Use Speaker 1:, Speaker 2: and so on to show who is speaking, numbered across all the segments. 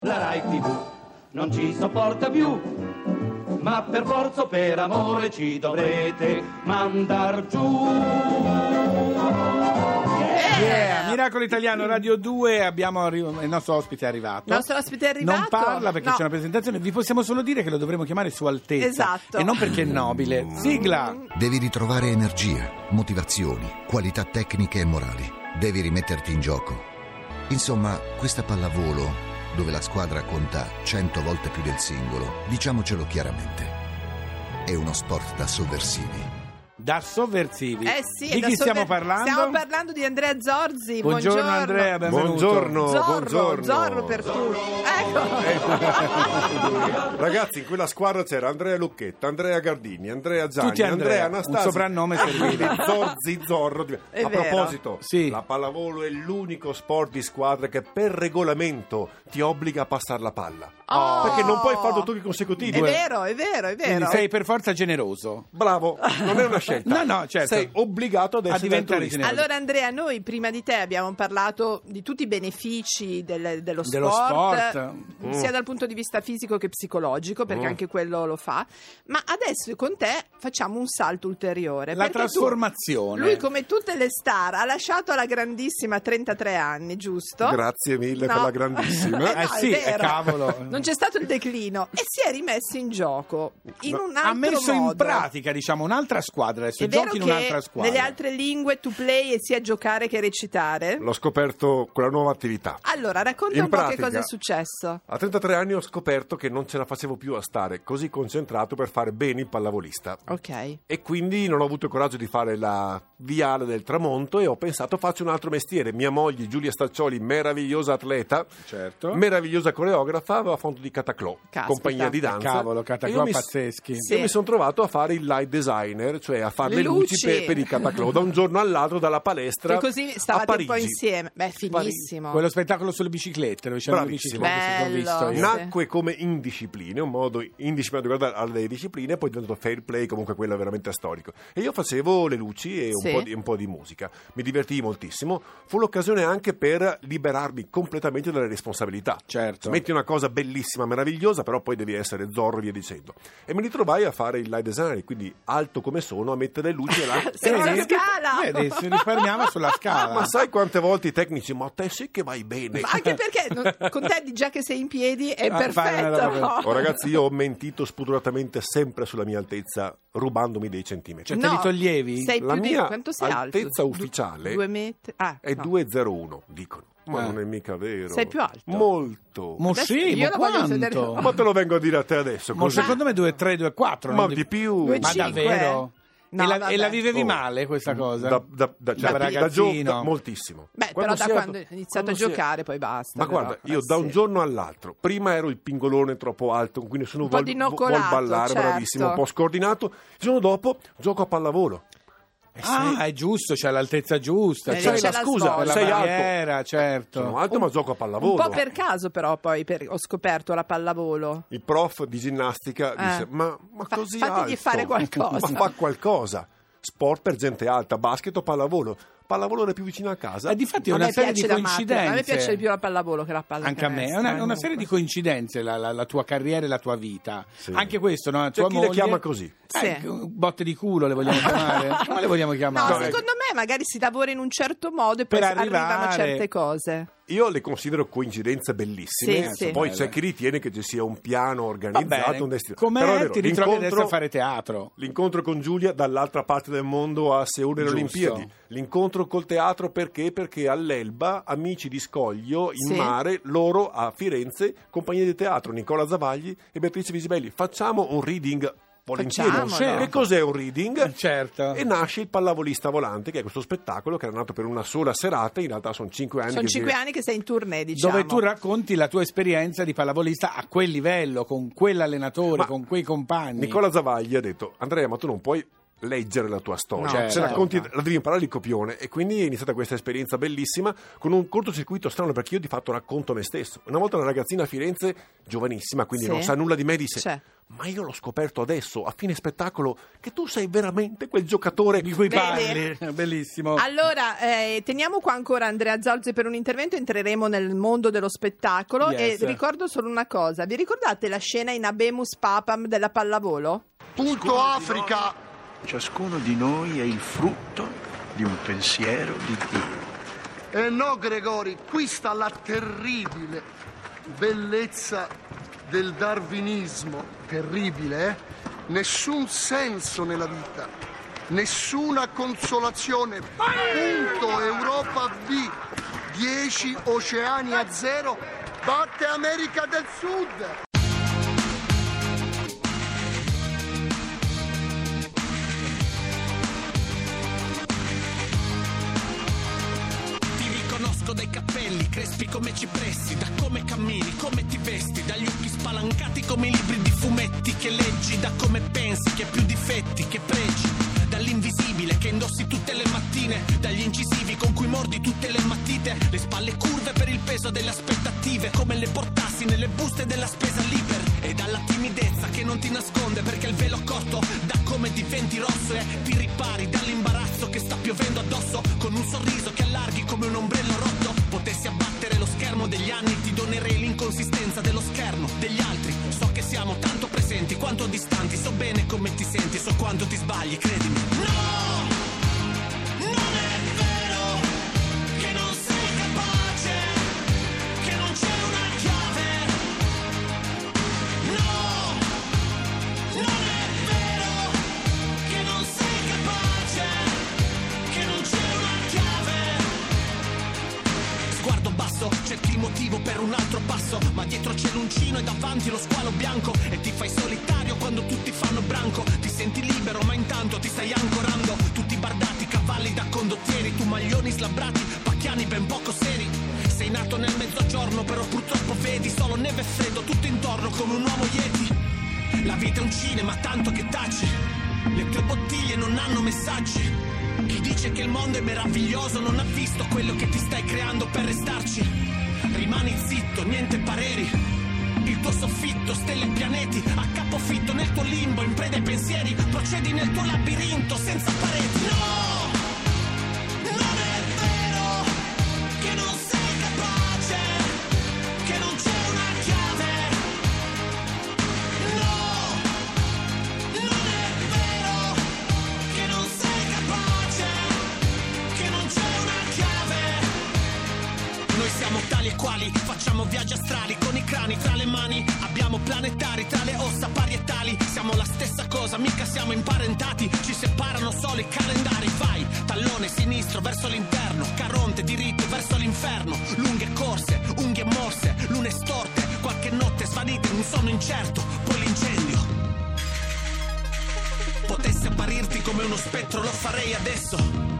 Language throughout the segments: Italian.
Speaker 1: La Rai TV non ci sopporta più, ma per forza o per amore ci dovrete mandar giù.
Speaker 2: Eh,
Speaker 3: Yeah, Eh, Miracolo Italiano Radio 2, abbiamo arri- il nostro ospite è arrivato.
Speaker 2: mm-hmm. Il nostro ospite è arrivato.
Speaker 3: Non parla perché
Speaker 2: No.
Speaker 3: c'è una presentazione, vi possiamo solo dire che lo dovremo chiamare Sua Altezza.
Speaker 2: Esatto.
Speaker 3: E non perché è nobile.
Speaker 4: Mm.
Speaker 3: Sigla!
Speaker 5: Devi ritrovare energie, motivazioni, qualità tecniche e morali. Devi rimetterti in gioco. Insomma, questa pallavolo, dove la squadra conta 100 volte più del singolo, diciamocelo chiaramente, è uno sport da sovversivi.
Speaker 3: Da sovversivi.
Speaker 2: Eh sì,
Speaker 3: di
Speaker 2: da
Speaker 3: chi
Speaker 2: sopra-
Speaker 3: stiamo parlando?
Speaker 2: Stiamo parlando di Andrea Zorzi.
Speaker 3: Buongiorno, Andrea, benvenuto.
Speaker 4: Buongiorno,
Speaker 2: Zorro,
Speaker 4: buongiorno.
Speaker 2: Zorro per tutti.
Speaker 3: Eh,
Speaker 2: Ecco.
Speaker 4: Ragazzi, in quella squadra c'era Andrea Lucchetta, Andrea Gardini, Andrea Zagni,
Speaker 3: Tutti Andrea,
Speaker 4: Andrea
Speaker 3: un
Speaker 4: Anastasi.
Speaker 3: soprannome serviva.
Speaker 4: Quindi Zorzi Zorro. div-
Speaker 2: È
Speaker 4: A
Speaker 2: vero.
Speaker 4: proposito,
Speaker 3: Sì.
Speaker 4: la pallavolo è l'unico sport di squadra che per regolamento ti obbliga a passare la palla.
Speaker 2: Oh.
Speaker 4: Perché non puoi fare due tocchi consecutivi.
Speaker 2: È vero, è vero, è
Speaker 3: Quindi
Speaker 2: vero.
Speaker 3: sei per forza generoso.
Speaker 4: Bravo, non è una scelta.
Speaker 3: No, no, certo.
Speaker 4: Sei obbligato ad
Speaker 3: A
Speaker 4: essere
Speaker 3: diventare
Speaker 4: altruista.
Speaker 3: generoso.
Speaker 2: Allora Andrea, noi prima di te abbiamo parlato di tutti i benefici del- dello,
Speaker 3: Dello
Speaker 2: sport,
Speaker 3: sport. Mm.
Speaker 2: eh, sia dal punto di vista fisico che psicologico, perché anche quello lo fa, ma adesso con te facciamo un salto ulteriore.
Speaker 3: La
Speaker 2: perché tu-
Speaker 3: trasformazione.
Speaker 2: lui come tutte le star ha lasciato alla grandissima 33 anni, giusto?
Speaker 4: Grazie mille per la grandissima.
Speaker 2: no,
Speaker 3: Eh sì,
Speaker 2: è vero.
Speaker 3: cavolo.
Speaker 2: Non c'è stato il declino e si è rimesso in gioco in un altro
Speaker 3: ha messo in
Speaker 2: modo.
Speaker 3: pratica, diciamo, un'altra squadra. Adesso
Speaker 2: È vero
Speaker 3: giochi
Speaker 2: che
Speaker 3: in un'altra squadra.
Speaker 2: nelle altre lingue tu play e sia giocare che recitare.
Speaker 4: L'ho scoperto quella nuova attività.
Speaker 2: Allora, racconta
Speaker 4: In
Speaker 2: un po' che
Speaker 4: pratica,
Speaker 2: cosa è successo.
Speaker 4: A 33 anni ho scoperto che non ce la facevo più a stare così concentrato per fare bene il pallavolista.
Speaker 2: Ok.
Speaker 4: E quindi non ho avuto il coraggio di fare la viale del tramonto e ho pensato faccio un altro mestiere. Mia moglie Giulia Staccioli, meravigliosa atleta,
Speaker 3: Certo.
Speaker 4: meravigliosa coreografa, aveva fondato di Cataclò,
Speaker 2: Caspita.
Speaker 4: compagnia di danza.
Speaker 3: Eh, Cavolo, Cataclò
Speaker 4: E io mi-
Speaker 3: pazzeschi.
Speaker 2: Sì.
Speaker 4: Io mi sono trovato a fare il light designer, cioè a fare le,
Speaker 2: Le
Speaker 4: luci,
Speaker 2: luci.
Speaker 4: per, per il Cataclò, da un giorno all'altro, dalla palestra
Speaker 2: Che così
Speaker 4: a
Speaker 2: stavate un
Speaker 4: Parigi.
Speaker 2: po' insieme. Beh, finissimo.
Speaker 3: Quello spettacolo sulle biciclette, dove c'erano le
Speaker 4: Bravissimo.
Speaker 3: biciclette, l'ho visto
Speaker 2: Bello.
Speaker 3: io.
Speaker 2: Na-
Speaker 4: Nacque come indiscipline, un modo indisciplinato di guardare alle discipline, poi è diventato fair play, comunque quello veramente storico. E io facevo le luci e un,
Speaker 2: Sì.
Speaker 4: po di, un po' di musica, mi divertii moltissimo. Fu l'occasione anche per liberarmi completamente dalle responsabilità.
Speaker 3: Certo.
Speaker 4: Metti una cosa bellissima, meravigliosa, però poi devi essere zorro e via dicendo. E mi ritrovai a fare il light design, quindi alto come sono, a mettere le luci e la...
Speaker 2: Sì, Era
Speaker 3: Vedi?
Speaker 2: una scala.
Speaker 3: Vedi, si risparmiava sulla scala.
Speaker 4: Ma sai quante volte i tecnici, ma te sì che vai bene.
Speaker 2: Ma anche perché non- con te già che sei in piedi è
Speaker 3: Ah, fai una
Speaker 2: perfetto.
Speaker 3: roba
Speaker 2: no?
Speaker 4: Oh, ragazzi, io ho mentito spudoratamente sempre sulla mia altezza, rubandomi dei centimetri.
Speaker 3: Cioè, te li toglievi?
Speaker 2: Sei
Speaker 4: La
Speaker 2: più di-
Speaker 4: mia
Speaker 2: quanto sei alto?
Speaker 4: altezza
Speaker 2: Du-
Speaker 4: ufficiale
Speaker 2: due metri. Ah,
Speaker 4: Cioè, È
Speaker 2: no. Eh.
Speaker 4: 2,01, dicono. Ma
Speaker 3: Ah.
Speaker 4: non è mica vero.
Speaker 2: Sei più alto?
Speaker 4: Molto. Ah,
Speaker 3: Mo
Speaker 2: Adesso
Speaker 3: sì,
Speaker 2: io
Speaker 3: ma
Speaker 2: la voglio
Speaker 3: quanto?
Speaker 2: sedere-
Speaker 4: ma te lo vengo a dire a te adesso.
Speaker 3: Ma
Speaker 4: così.
Speaker 3: secondo me 2, 3, 2, 4.
Speaker 4: Ma di più.
Speaker 2: Due
Speaker 3: Ma
Speaker 2: cinque? eh.
Speaker 3: davvero?
Speaker 2: No,
Speaker 3: e, la,
Speaker 2: vabbè.
Speaker 3: e la vivevi
Speaker 4: Oh.
Speaker 3: male questa cosa?
Speaker 4: Da, da, da,
Speaker 3: Da
Speaker 4: cioè, da,
Speaker 3: ragazzino.
Speaker 4: gio- da- moltissimo.
Speaker 2: Beh, però
Speaker 4: Quando
Speaker 2: da
Speaker 4: si è-
Speaker 2: quando hai iniziato a
Speaker 4: quando si è-
Speaker 2: giocare poi basta.
Speaker 4: Ma
Speaker 2: però.
Speaker 4: guarda,
Speaker 2: Eh
Speaker 4: io da un
Speaker 2: sì.
Speaker 4: giorno all'altro, prima ero il pingolone troppo alto, quindi nessuno
Speaker 2: Un po'
Speaker 4: vuol,
Speaker 2: dinoccolato,
Speaker 4: vuol ballare,
Speaker 2: certo.
Speaker 4: bravissimo, un po' scordinato. Il giorno dopo gioco a pallavolo. Cioè, E
Speaker 3: Ah,
Speaker 4: sei-
Speaker 3: è giusto, c'è l'altezza giusta.
Speaker 2: Eh,
Speaker 3: c'è
Speaker 2: lì
Speaker 3: la,
Speaker 2: c'è la scusa, Eh,
Speaker 3: la
Speaker 4: sei alto.
Speaker 3: barriera, certo.
Speaker 4: Sono alto ma gioco a
Speaker 2: Un
Speaker 4: pallavolo.
Speaker 2: po' per caso però poi per- ho scoperto la pallavolo.
Speaker 4: Il prof di ginnastica
Speaker 2: Eh.
Speaker 4: disse: Ma, ma
Speaker 2: Fa-
Speaker 4: così
Speaker 2: fategli
Speaker 4: alto?
Speaker 2: fare qualcosa."
Speaker 4: Ma fa qualcosa. Sport per gente alta, basket o pallavolo. Pallavolo è più vicino a casa.
Speaker 3: E difatti è
Speaker 2: A
Speaker 3: una
Speaker 2: me
Speaker 3: serie
Speaker 2: piace
Speaker 3: di
Speaker 2: la macchina,
Speaker 3: coincidenze.
Speaker 2: A me piace di più la pallavolo che la
Speaker 3: Anche
Speaker 2: pallacanestro.
Speaker 3: a me, è una, una serie di coincidenze la, la- la tua carriera e la tua vita.
Speaker 4: Sì.
Speaker 3: Anche questo, no? La
Speaker 4: C'è
Speaker 3: tua
Speaker 4: chi le
Speaker 3: moglie-
Speaker 4: chiama così.
Speaker 3: Eh,
Speaker 2: Sì.
Speaker 3: Botte di culo le vogliamo chiamare? Come le vogliamo
Speaker 2: No,
Speaker 3: chiamare?
Speaker 2: secondo me magari si lavora in un certo modo e poi
Speaker 3: Per
Speaker 2: arrivano
Speaker 3: arrivare-
Speaker 2: certe cose.
Speaker 4: Io le considero coincidenze bellissime. eh,
Speaker 2: Sì, sì.
Speaker 4: Poi
Speaker 3: Belle.
Speaker 4: c'è chi ritiene che ci sia un piano
Speaker 3: Va
Speaker 4: organizzato,
Speaker 3: bene.
Speaker 4: Esatto, un destino. Però è
Speaker 3: Com'è?
Speaker 4: vero,
Speaker 3: Ti ritrovi adesso
Speaker 4: l'incontro-
Speaker 3: a fare teatro.
Speaker 4: L'incontro con Giulia dall'altra parte del mondo a Seul e le
Speaker 3: Giusto.
Speaker 4: Olimpiadi. L'incontro col teatro perché? Perché all'Elba, amici di Scoglio, in
Speaker 2: Sì.
Speaker 4: mare, loro a Firenze, compagnia di teatro Nicola Zavagli e Beatrice Visibelli. Facciamo un reading volentieri. Cioè,
Speaker 2: Facciamolo.
Speaker 4: Che cos'è un reading?
Speaker 3: Certo.
Speaker 4: E nasce il Pallavolista Volante, che è questo spettacolo che era nato per una sola serata, in realtà sono cinque anni.
Speaker 2: Sono
Speaker 4: che
Speaker 2: cinque
Speaker 4: si-
Speaker 2: anni che sei in tournée, diciamo.
Speaker 3: Dove tu racconti la tua esperienza di pallavolista a quel livello, con quell'allenatore,
Speaker 4: Ma
Speaker 3: con quei compagni.
Speaker 4: Nicola Zavagli ha detto: Andrea, ma tu non puoi leggere la tua storia,
Speaker 3: No,
Speaker 4: Cioè,
Speaker 3: certo.
Speaker 4: racconti- la devi imparare il copione e quindi è iniziata questa esperienza bellissima con un cortocircuito strano perché io di fatto racconto me stesso. Una volta una ragazzina a Firenze, giovanissima, quindi
Speaker 2: Sì.
Speaker 4: non sa nulla di me, disse
Speaker 2: Cioè,
Speaker 4: ma io l'ho scoperto adesso, a fine spettacolo, che tu sei veramente quel giocatore
Speaker 3: di cui
Speaker 2: Vede?
Speaker 3: parli. Bellissimo.
Speaker 2: allora, eh, teniamo qua ancora Andrea Zolzi per un intervento, entreremo nel mondo dello spettacolo
Speaker 3: Yes.
Speaker 2: e ricordo solo una cosa, vi ricordate la scena in Abemus Papam della pallavolo?
Speaker 6: Punto Africa!
Speaker 7: Ciascuno di noi è il frutto di un pensiero di Dio.
Speaker 6: E no, Gregori, qui sta la terribile bellezza del darwinismo. Terribile, eh? Nessun senso nella vita, nessuna consolazione. Punto Europa B. 10 oceani a zero, batte America del Sud.
Speaker 8: Ti riconosco dai capelli, crespi come cipressi, da come cammini, come ti vesti, dagli occhi spalancati come i libri di fumetti che leggi, da come pensi, che più difetti, che pregi, dall'invisibile che indossi tutte le mattine, dagli incisivi con cui mordi tutte le matite, le spalle curve per il peso delle aspettative, come le portassi nelle buste della spesa libera, e dalla timidezza che non ti nasconde perché il velo corto da come diventi rosso e ti ripari dall'imbarazzo che sta piovendo addosso con un sorriso che allarghi come un ombrello rotto potessi abbattere lo schermo degli anni ti donerei l'inconsistenza dello schermo degli altri so che siamo tanto presenti quanto distanti so bene come ti senti so quanto ti sbagli credimi no non è vero che non sei capace che non c'è una chiave No, non è vero che non sei capace, che non c'è una chiave. Sguardo basso, cerchi il motivo per un altro passo, ma dietro c'è l'uncino e davanti lo squalo bianco. E ti fai solitario quando tutti fanno branco. Ti senti libero, ma intanto ti stai ancorando. Tutti bardati, cavalli da condottieri, tu maglioni slabrati, pacchiani ben poco seri. Sei nato nel mezzogiorno, però purtroppo vedi solo neve e freddo tutto intorno come un uomo yeti. La vita è un cinema, tanto che taci. Le tue bottiglie non hanno messaggi. Chi dice che il mondo è meraviglioso non ha visto quello che ti stai creando per restarci. Rimani zitto, niente pareri. Il tuo soffitto, stelle e pianeti, a capofitto nel tuo limbo, in preda ai pensieri, procedi nel tuo labirinto senza pareti. No! Non è vero che non sei capace, che non c'è una chiave. No, non è vero che non sei capace, che non c'è una chiave. Noi siamo tali e quali, facciamo viaggi astrali con i crani tra le mani, abbiamo planetari tra le ossa parietali, siamo la stessa cosa, mica siamo imparentati, ci separano solo i calendari, vai, tallone sinistro verso l'interno, caronte diritto verso l'inferno, lunghe corse, unghie morse, lune storte, qualche notte svanite in un sonno incerto, poi l'incendio. Potessi apparirti come uno spettro lo farei adesso.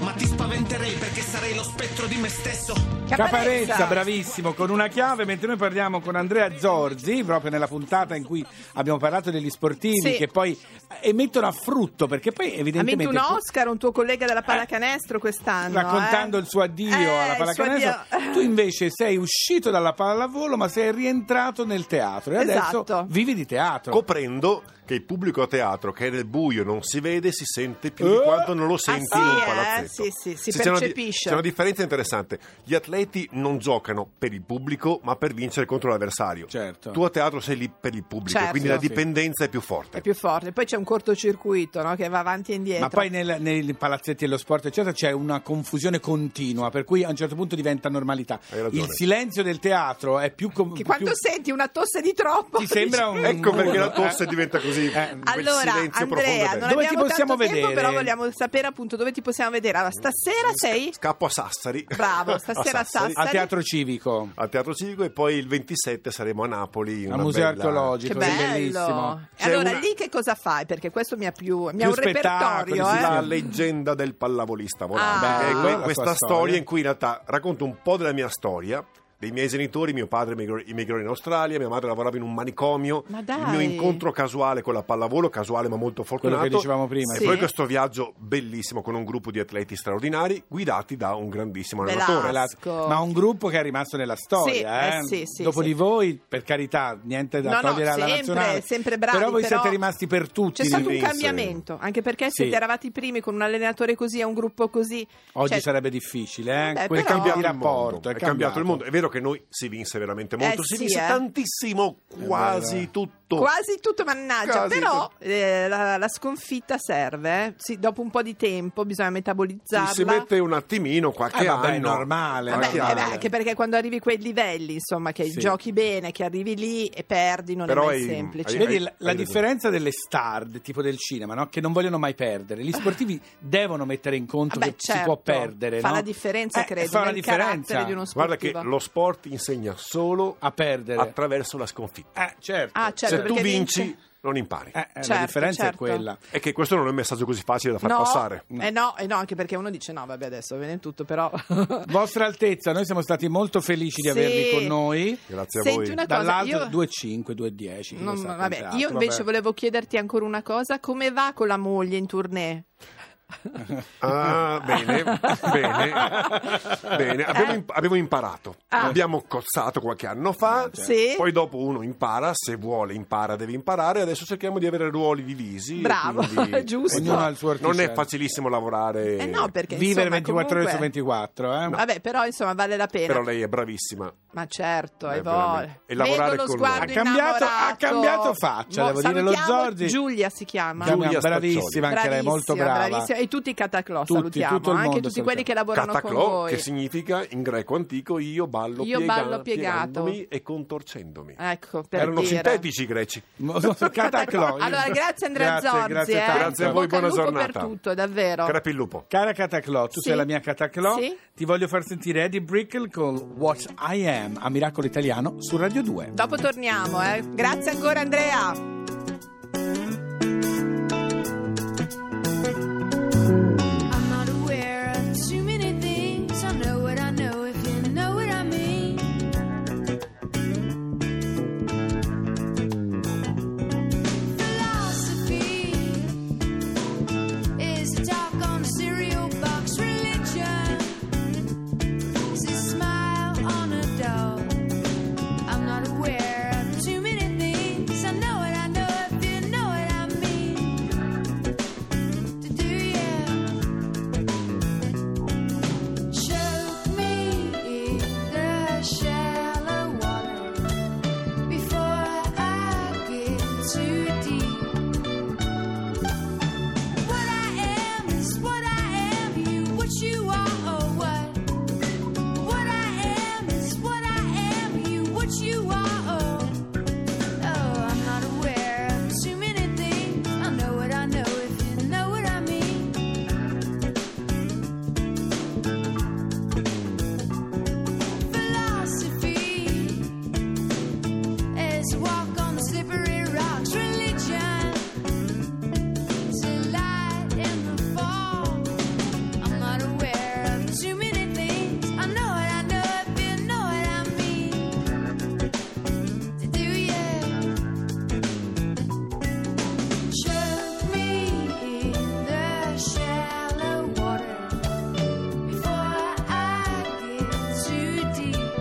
Speaker 8: Ma ti spaventerei perché sarei lo spettro di me stesso.
Speaker 3: Caparezza, bravissimo, con una chiave, mentre noi parliamo con Andrea Zorzi, proprio nella puntata in cui abbiamo parlato degli sportivi
Speaker 2: Sì.
Speaker 3: che poi eh, mettono a frutto, perché poi
Speaker 2: Ha vinto
Speaker 3: evidentemente... Eh.
Speaker 2: un Oscar, un tuo collega della pallacanestro quest'anno.
Speaker 3: Raccontando
Speaker 2: eh.
Speaker 3: il suo addio
Speaker 2: Eh,
Speaker 3: alla
Speaker 2: il suo
Speaker 3: pallacanestro,
Speaker 2: addio.
Speaker 3: tu invece sei uscito dalla pallavolo, ma sei rientrato nel teatro e
Speaker 2: Esatto.
Speaker 3: adesso vivi di teatro.
Speaker 4: Coprendo che il pubblico a teatro, che nel buio non si vede, si sente più di
Speaker 3: Eh?
Speaker 4: quanto non lo senti
Speaker 2: sì,
Speaker 4: in un
Speaker 2: eh?
Speaker 4: palazzetto.
Speaker 2: Sì, sì, si
Speaker 4: Sì, c'è una di-
Speaker 2: percepisce.
Speaker 4: C'è una, differenza interessante. Gli atleti non giocano per il pubblico, ma per vincere contro l'avversario.
Speaker 3: Certo.
Speaker 4: Tu a teatro sei lì per il pubblico,
Speaker 2: Certo.
Speaker 4: quindi la
Speaker 3: Sì.
Speaker 4: dipendenza è più forte.
Speaker 2: È più forte. Poi c'è un cortocircuito no, che va avanti e indietro.
Speaker 3: Ma poi nel- nei palazzetti dello sport, eccetera, c'è una confusione continua, per cui a un certo punto diventa normalità.
Speaker 4: Hai ragione.
Speaker 3: Il silenzio del teatro è più. com-
Speaker 2: Che quando
Speaker 3: più-
Speaker 2: senti una tosse di troppo...
Speaker 3: Ti sembra un.
Speaker 4: Ecco perché la tosse
Speaker 3: Eh.
Speaker 4: diventa così.
Speaker 3: Eh.
Speaker 4: quel
Speaker 2: Allora,
Speaker 4: silenzio
Speaker 2: Andrea,
Speaker 4: profondo
Speaker 2: non
Speaker 3: Dove ti
Speaker 2: abbiamo
Speaker 3: possiamo
Speaker 2: tanto tempo,
Speaker 3: vedere?
Speaker 2: però vogliamo sapere appunto dove ti possiamo vedere. Allora, stasera sei...
Speaker 4: Scappo a Sassari.
Speaker 2: Bravo, stasera a Sassari.
Speaker 3: Al teatro civico,
Speaker 4: Al Teatro Civico e poi il 27 saremo a Napoli. in
Speaker 3: al
Speaker 4: una
Speaker 3: museo
Speaker 4: bella-
Speaker 2: Che
Speaker 3: archeologico, è
Speaker 2: bello!
Speaker 3: bellissimo.
Speaker 2: E
Speaker 4: C'è
Speaker 2: allora
Speaker 4: una-
Speaker 2: lì che cosa fai? Perché questo mi ha più, mi ha
Speaker 3: Più
Speaker 2: un repertorio,
Speaker 3: spettacoli,
Speaker 2: eh?
Speaker 3: sì,
Speaker 4: La leggenda del pallavolista volante,
Speaker 2: Ah.
Speaker 4: che è
Speaker 3: Bello,
Speaker 4: eh, que-
Speaker 3: la sua
Speaker 4: questa
Speaker 3: storia.
Speaker 4: storia in cui in realtà racconto un po' della mia storia, dei miei genitori, mio padre emigrò emigrò in Australia, mia madre lavorava in un manicomio,
Speaker 2: Ma
Speaker 4: il
Speaker 2: dai!
Speaker 4: mio incontro casuale con la pallavolo, casuale ma molto fortunato,
Speaker 3: che dicevamo prima,
Speaker 4: e
Speaker 2: sì.
Speaker 4: poi questo viaggio bellissimo con un gruppo di atleti straordinari guidati da un grandissimo allenatore.
Speaker 2: Velasco.
Speaker 3: Ma un gruppo che è rimasto nella storia.
Speaker 2: Sì, eh,
Speaker 3: eh.
Speaker 2: sì, sì,
Speaker 3: Dopo
Speaker 2: sì.
Speaker 3: di voi, per carità, niente da
Speaker 2: No, no,
Speaker 3: togliere alla
Speaker 2: sempre,
Speaker 3: nazionale.
Speaker 2: sempre bravi,
Speaker 3: Però voi
Speaker 2: però
Speaker 3: siete rimasti per tutti.
Speaker 2: C'è stato un
Speaker 4: penso.
Speaker 2: cambiamento, anche perché
Speaker 3: Sì.
Speaker 2: siete eravate i primi con un allenatore così e un gruppo così.
Speaker 3: Oggi
Speaker 2: Cioè,
Speaker 3: sarebbe difficile, eh?
Speaker 2: Vabbè,
Speaker 3: Quel
Speaker 2: però-
Speaker 3: cambio di
Speaker 4: il mondo,
Speaker 3: rapporto.
Speaker 4: è cambiato il mondo. È vero che noi si vinse veramente molto,
Speaker 2: Eh,
Speaker 4: si
Speaker 2: sì,
Speaker 4: vinse
Speaker 2: eh.
Speaker 4: tantissimo,
Speaker 3: vero.
Speaker 4: quasi tutto.
Speaker 2: Quasi tutto, mannaggia,
Speaker 4: Quasi
Speaker 2: però eh, la, la sconfitta serve, eh. Sì, dopo un po' di tempo bisogna
Speaker 4: Ci
Speaker 2: metabolizzarla.
Speaker 4: si mette un attimino qualche
Speaker 3: Eh, vabbè, è
Speaker 4: anno.
Speaker 3: normale.
Speaker 2: Vabbè,
Speaker 4: Qualche
Speaker 2: eh, beh,
Speaker 4: anno.
Speaker 2: anche perché quando arrivi a quei livelli, insomma, che
Speaker 3: Sì.
Speaker 2: giochi bene, che arrivi lì e perdi, non
Speaker 4: Però
Speaker 2: è mai
Speaker 4: hai-
Speaker 2: semplice.
Speaker 4: hai-
Speaker 3: Vedi la, la
Speaker 4: ragione.
Speaker 3: differenza delle star, de- tipo del cinema, no? che non vogliono mai perdere. Gli sportivi devono mettere in conto
Speaker 2: Vabbè,
Speaker 3: che si
Speaker 2: certo,
Speaker 3: può perdere.
Speaker 2: fa
Speaker 3: no?
Speaker 2: la differenza,
Speaker 3: Eh,
Speaker 2: credo,
Speaker 3: Fa una
Speaker 2: nel
Speaker 3: differenza
Speaker 2: carattere di uno sportivo.
Speaker 4: Guarda che lo sport insegna solo
Speaker 3: a perdere.
Speaker 4: attraverso la sconfitta.
Speaker 3: eh, certo.
Speaker 2: Ah, certo,
Speaker 4: Se tu
Speaker 2: perché
Speaker 4: vinci,
Speaker 2: vince-
Speaker 4: non impari.
Speaker 3: Eh, eh, la
Speaker 2: certo,
Speaker 3: differenza è
Speaker 2: certo.
Speaker 3: quella.
Speaker 4: È che questo non è un messaggio così facile da far
Speaker 2: no,
Speaker 4: passare.
Speaker 2: Eh no, eh no, anche perché uno dice no, vabbè adesso va bene tutto, però...
Speaker 3: Vostra Altezza, noi siamo stati molto felici di
Speaker 2: Sì.
Speaker 3: avervi con noi.
Speaker 4: Grazie a
Speaker 2: Senti
Speaker 4: voi.
Speaker 2: una cosa,
Speaker 3: Dall'alto
Speaker 2: io-
Speaker 3: 2,5, 2,10. chi lo
Speaker 2: Non-
Speaker 3: sa
Speaker 2: vabbè,
Speaker 3: quant'altro,
Speaker 2: io invece
Speaker 3: vabbè.
Speaker 2: volevo chiederti ancora una cosa, come va con la moglie in tournée?
Speaker 4: Ah, bene, bene, bene. Abbiamo,
Speaker 2: Eh.
Speaker 4: imp- abbiamo imparato.
Speaker 2: Ah. certo.
Speaker 4: Abbiamo cozzato qualche anno fa.
Speaker 2: Sì.
Speaker 4: Poi dopo uno impara, se vuole impara, deve imparare. Adesso cerchiamo di avere ruoli divisi. e
Speaker 2: Bravo,
Speaker 4: quindi
Speaker 2: giusto.
Speaker 3: Ognuno ha il suo
Speaker 4: Non è
Speaker 3: artigiano.
Speaker 4: facilissimo lavorare.
Speaker 2: Eh no, perché
Speaker 3: Vivere
Speaker 2: insomma,
Speaker 3: 24 ore su
Speaker 2: comunque-
Speaker 3: 24, eh?
Speaker 2: Vabbè, però insomma vale la pena.
Speaker 4: Però lei è bravissima.
Speaker 2: Ma certo, hai
Speaker 4: Eh, veramente.
Speaker 2: voglia.
Speaker 4: E lavorare
Speaker 2: Vedo lo
Speaker 4: con
Speaker 2: sguardo
Speaker 4: loro.
Speaker 3: Ha cambiato- ha
Speaker 2: innamorato. Boh,
Speaker 3: cambiato faccia, devo dire, lo
Speaker 2: salutiamo
Speaker 3: Zorzi.
Speaker 2: Giulia si chiama.
Speaker 4: Giulia
Speaker 3: Giulia
Speaker 4: Spaccioli.
Speaker 3: bravissima, anche lei, molto brava.
Speaker 2: bravissima. E tutti i Cataclò
Speaker 3: Tutti,
Speaker 2: salutiamo,
Speaker 3: tutto il
Speaker 2: anche
Speaker 3: mondo
Speaker 2: tutti
Speaker 3: salutiamo.
Speaker 2: quelli che lavorano con
Speaker 4: Cataclò,
Speaker 2: voi.
Speaker 4: che significa in greco antico io ballo,
Speaker 2: Io
Speaker 4: piega-
Speaker 2: ballo piegato.
Speaker 4: piegandomi e contorcendomi.
Speaker 2: Ecco, per
Speaker 4: Erano
Speaker 2: dire. Eh,
Speaker 4: sintetici i greci.
Speaker 3: Cataclò.
Speaker 2: Allora, grazie Andrea
Speaker 3: Grazie,
Speaker 2: Zorzi.
Speaker 3: grazie
Speaker 2: eh.
Speaker 3: tanto.
Speaker 4: Grazie a voi,
Speaker 2: Bocca al
Speaker 4: buona
Speaker 2: lupo
Speaker 4: giornata.
Speaker 2: per tutto, davvero.
Speaker 4: Crepi il lupo.
Speaker 3: Cara Cataclò, tu
Speaker 2: Sì.
Speaker 3: sei la mia Cataclò.
Speaker 2: Sì.
Speaker 3: Ti voglio far sentire Eddie Brickle con What I Am a Miracolo Italiano su Radio 2.
Speaker 2: Dopo torniamo, eh. Grazie ancora Andrea.
Speaker 8: I'm not aware of too many things. I know what I know if you know what I mean. Philosophy is a talk on a cereal box. Religion is a smile on a dog. I'm not aware of too many things. I know what I know if you know what I mean. To do yeah. Show me the shallow water before I get too deep. What I am is what I am, you what you are or what? What I am is what I am, you what you are or Oh, I'm not aware of too many things. I know what I know if you know what I mean. philosophy is a walk on the slippery rocks. Religion is a light in the fall. I'm not aware of too many things. I know what I know if you know what I mean. To do yeah. Show me the shallow water. Before I get too deep,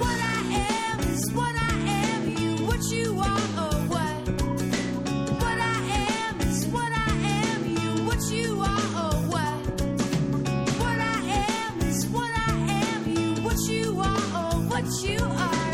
Speaker 8: what I am is what I am. You what you are or what? What I am is what I am. You what you are or what? What I am is what I am. You what you are or what you are. oh,